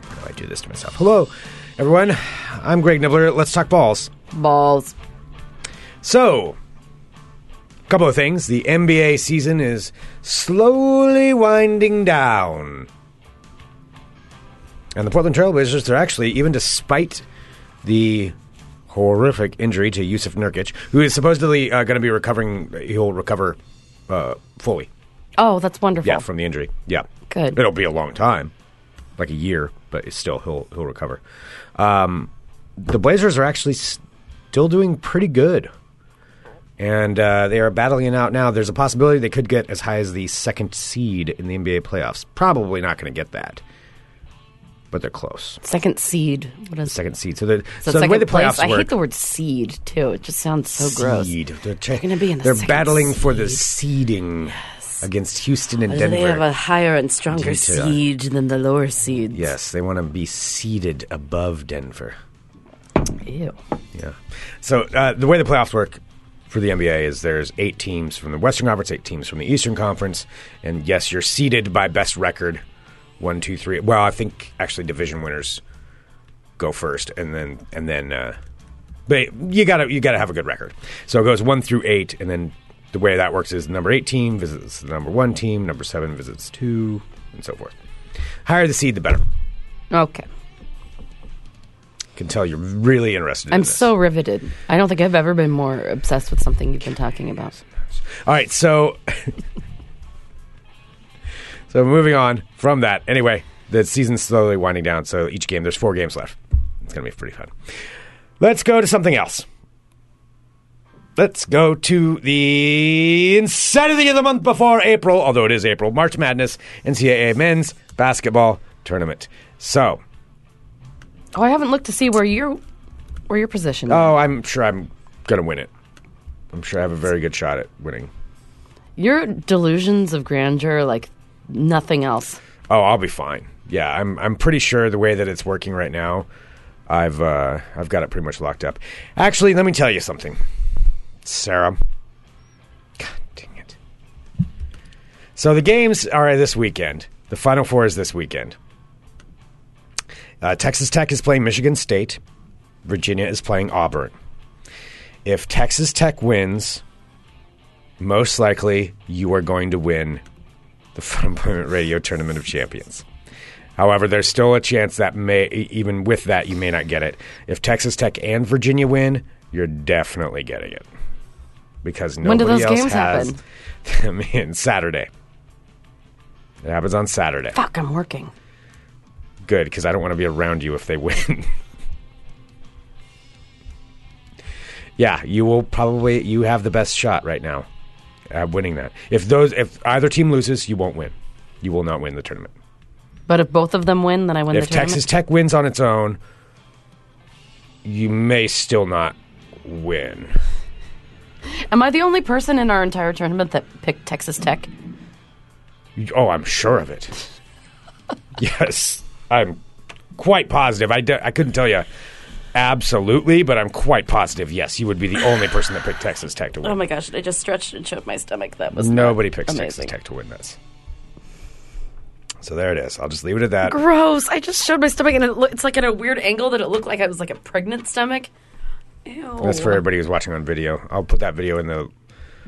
D: Why do I do this to myself? Hello, everyone. I'm Greg Nibbler. Let's talk balls.
E: Balls.
D: So, couple of things. The NBA season is slowly winding down. And the Portland Trailblazers are actually, even despite the horrific injury to Yusuf Nurkic, who is supposedly uh, going to be recovering, he'll recover uh, fully.
E: Oh, that's wonderful.
D: Yeah, from the injury. Yeah,
E: Good.
D: It'll be a long time, like a year, but it's still he'll he'll recover. Um, the Blazers are actually still doing pretty good, and uh, they are battling it out now. There's a possibility they could get as high as the second seed in the NBA playoffs. Probably not going to get that, but they're close.
E: Second seed. What is
D: Second seed. So, the, so,
E: So,
D: the
E: second
D: way the
E: place.
D: playoffs
E: I
D: work.
E: hate the word seed too. It just sounds so gross.
D: Seed. They're,
E: gonna be in the
D: they're
E: second
D: battling for the seeding against Houston and
E: They have a
D: Denver.
E: higher and stronger
D: Due to- uh,
E: seed than the lower seeds.
D: yes, they want to be seeded above Denver.
E: Ew.
D: Yeah. So uh, the way the playoffs work for the NBA is there's eight teams from the Western Conference, eight teams from the Eastern Conference, and yes, you're seeded by best record. One, two, three. Well, I think actually division winners go first, and then and then, uh, but you gotta you gotta have a good record. So it goes one through eight, and then the way that works is the number eight team visits the number one team, number seven visits two, and so forth. Higher the seed, the better.
E: Okay.
D: Can tell you're really interested. in
E: I'm
D: this.
E: so riveted. I don't think I've ever been more obsessed with something you've been talking about.
D: All right, so <laughs> so moving on from that. Anyway, the season's slowly winding down, so each game there's four games left. It's gonna be pretty fun. Let's go to something else. Let's go to the insanity of the month before April, although it is April, March Madness, NCAA men's basketball tournament. So,
E: Oh, I haven't looked to see where you're where your position.
D: oh, I'm sure I'm gonna win it. I'm sure I have a very good shot at winning.
E: Your delusions of grandeur, are like nothing else.
D: Oh, I'll be fine. Yeah, I'm. I'm pretty sure the way that it's working right now, I've uh, I've got it pretty much locked up. Actually, let me tell you something, Sarah. God dang it! So the games are this weekend. The Final Four is this weekend. Uh, Texas Tech is playing Michigan State. Virginia is playing Auburn. If Texas Tech wins, most likely you are going to win the <laughs> Fun Employment Radio Tournament of Champions. However, there's still a chance that may, e- even with that, you may not get it. If Texas Tech and Virginia win, you're definitely getting it because nobody
E: When do those
D: else
E: games
D: has. Happen? <laughs> I mean, Saturday. It happens on Saturday.
E: Fuck, I'm working.
D: Good, because I don't want to be around you if they win. <laughs> yeah, you will probably you have the best shot right now at winning that. If those if either team loses, you won't win. You will not win the tournament.
E: But if both of them win, then I win
D: if
E: the tournament.
D: Texas Tech wins on its own, you may still not win.
E: Am I the only person in our entire tournament that picked Texas Tech?
D: You- Oh, I'm sure of it. yes, I'm quite positive. I, d- I couldn't tell you absolutely, but I'm quite positive. Yes, you would be the only person that picked Texas Tech to win.
E: Oh my gosh, I just stretched and showed my stomach. That was
D: Nobody picks Texas
E: amazing.
D: Tech to win this. So there it is. I'll just leave it at that.
E: gross. I just showed my stomach, and it loo- it's like at a weird angle that it looked like I was like a pregnant stomach. Ew.
D: That's for everybody who's watching on video. I'll put that video in the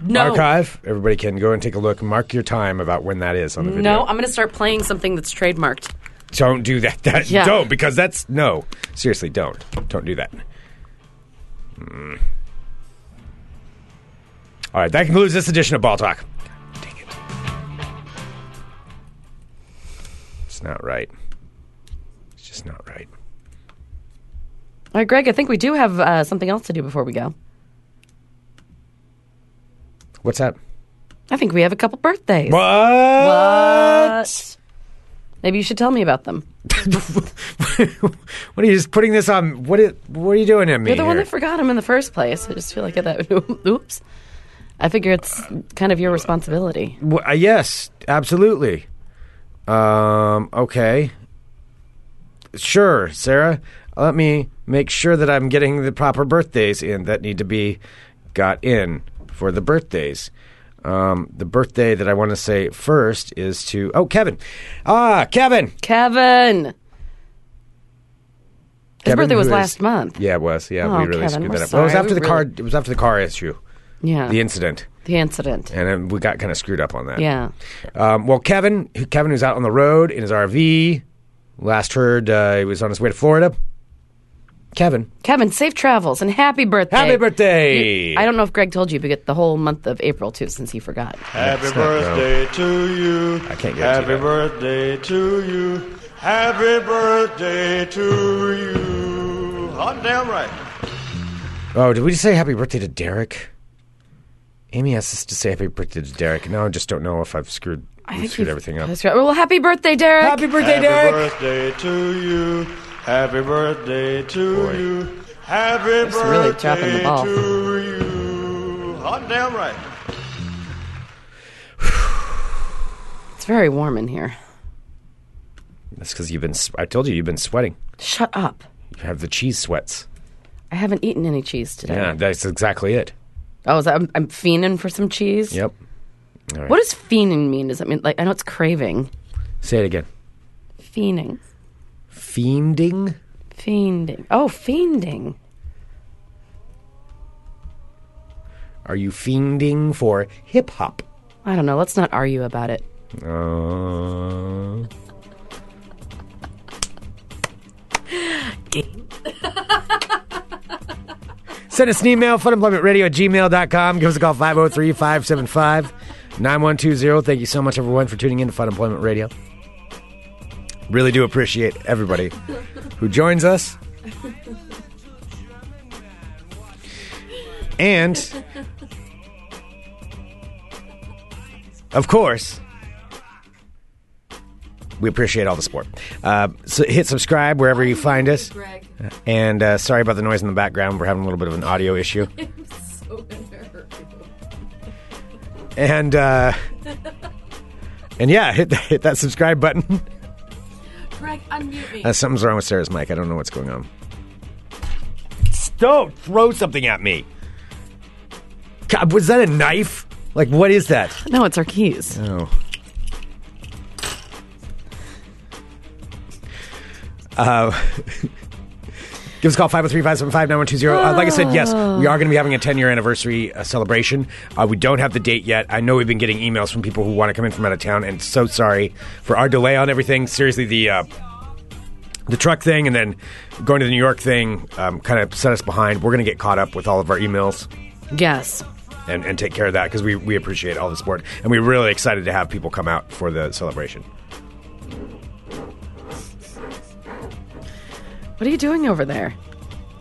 E: no.
D: archive. Everybody can go and take a look. Mark your time about when that is on the video.
E: No, I'm going to start playing something that's trademarked.
D: don't do that. <laughs> that
E: Yeah.
D: Don't because that's no. Seriously, don't. Don't do that. Mm. All right, that concludes this edition of Ball Talk. God dang it. It's not right. It's just not right.
E: All right, Greg, I think we do have uh, something else to do before we go.
D: What's that?
E: I think we have a couple birthdays.
D: What?
E: Maybe you should tell me about them.
D: <laughs> What? are you just putting this on? What? Is, what are you doing at me
E: You're the one
D: here?
E: that forgot them in the first place. I just feel like that. <laughs> Oops. I figure it's kind of your responsibility.
D: Wh- uh, yes, absolutely. Um, okay. Sure, Sarah. Let me make sure that I'm getting the proper birthdays in that need to be got in for the birthdays. Um, the birthday that I want to say first is to oh Kevin, ah Kevin.
E: Kevin. His
D: Kevin,
E: birthday was
D: who is-
E: last month.
D: Yeah, it was. Yeah,
E: Oh,
D: we really
E: Kevin,
D: screwed
E: we're
D: that up. Well, it was
E: sorry.
D: after the
E: We really-
D: car. It was after the car issue,
E: Yeah.
D: the incident,
E: The incident.
D: and then we got kind of screwed up on that.
E: Yeah.
D: Um, well, Kevin, who- Kevin who's out on the road in his RV. Last heard, uh, he was on his way to Florida. Kevin,
E: Kevin, safe travels and happy birthday.
D: happy birthday!
E: You- I don't know if Greg told you, but you get the whole month of April too, since he forgot.
F: Happy
D: That's not wrong.
F: birthday to you.
D: I can't
F: Happy
D: guarantee that.
F: birthday to you. Happy birthday to you. Hot damn right.
D: Oh, did we just say happy birthday to Derek? Amy asked us to say happy birthday to Derek. Now I just don't know if I've screwed.
E: I think
D: screwed
E: you've-
D: everything up.
E: That's right. Well, happy birthday, Derek.
D: Happy birthday,
F: Happy
D: Derek!
F: birthday to you. Happy birthday to you. Happy
E: Just
F: birthday
E: really dropping the ball.
F: to you. Hot damn right.
E: It's very warm in here.
D: That's because you've been. s- I told you you've been sweating.
E: Shut up.
D: You have the cheese sweats.
E: I haven't eaten any cheese today.
D: Yeah, that's exactly it.
E: Oh, is that, I'm, I'm fiending for some cheese.
D: Yep.
E: What does fiending mean? Does it mean like I know it's craving?
D: Say it again.
E: Fiending.
D: Fiending.
E: Fiending. Oh, fiending.
D: Are you fiending for hip hop?
E: I don't know. Let's not argue about it.
D: Uh, Send us an email, funemploymentradio at gmail.com. Give us a call, 503 575 9120. Thank you so much, everyone, for tuning in to Fun Employment Radio. Really do appreciate everybody who joins us. And, of course, we appreciate all the support. Uh, so hit subscribe wherever you find us.
G: Greg.
D: And uh, sorry about the noise in the background. We're having a little bit of an
G: <laughs>
D: audio issue.
G: So nervous.
D: And uh, and yeah, hit, that- hit that subscribe button. <laughs>
G: Greg, unmute me.
D: Uh, something's wrong with Sarah's mic. I don't know what's going on. Don't throw something at me. God, was that a knife? Like, what is that?
E: No, it's our keys.
D: Oh. Uh, <laughs> Give us a call, 503-575-9120. Uh, like I said, yes, we are going to be having a 10-year anniversary uh, celebration. Uh, we don't have the date yet. I know we've been getting emails from people who want to come in from out of town, and so sorry for our delay on everything. Seriously, the uh, the truck thing and then going to the New York thing um, kind of set us behind. We're going to get caught up with all of our emails
E: Yes.
D: and, and take care of that because we, we appreciate all the support and we're really excited to have people come out for the celebration.
E: What are you doing over there?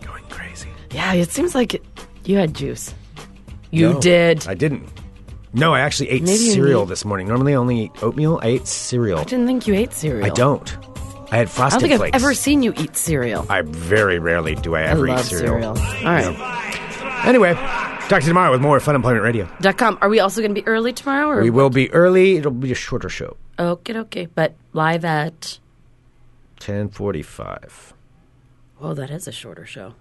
D: Going crazy.
E: Yeah, it seems like it- you had juice. You did.
D: I didn't. No, I actually ate
E: Maybe you
D: cereal
E: need-
D: this morning. Normally I only eat oatmeal. I ate cereal.
E: I didn't think you ate cereal.
D: I don't. I had
E: I don't
D: frosted
E: think
D: flakes.
E: I've ever seen you eat cereal.
D: I very rarely do I ever
E: I love
D: eat cereal.
E: cereal. All right.
D: Anyway, talk to you tomorrow with more Fun Employment Radio.
E: Dot com. Are we also going to be early tomorrow? Or?
D: We will be early. It'll be a shorter show.
E: Okay, okay. But live at.
D: 1045.
E: Oh, that is a shorter show.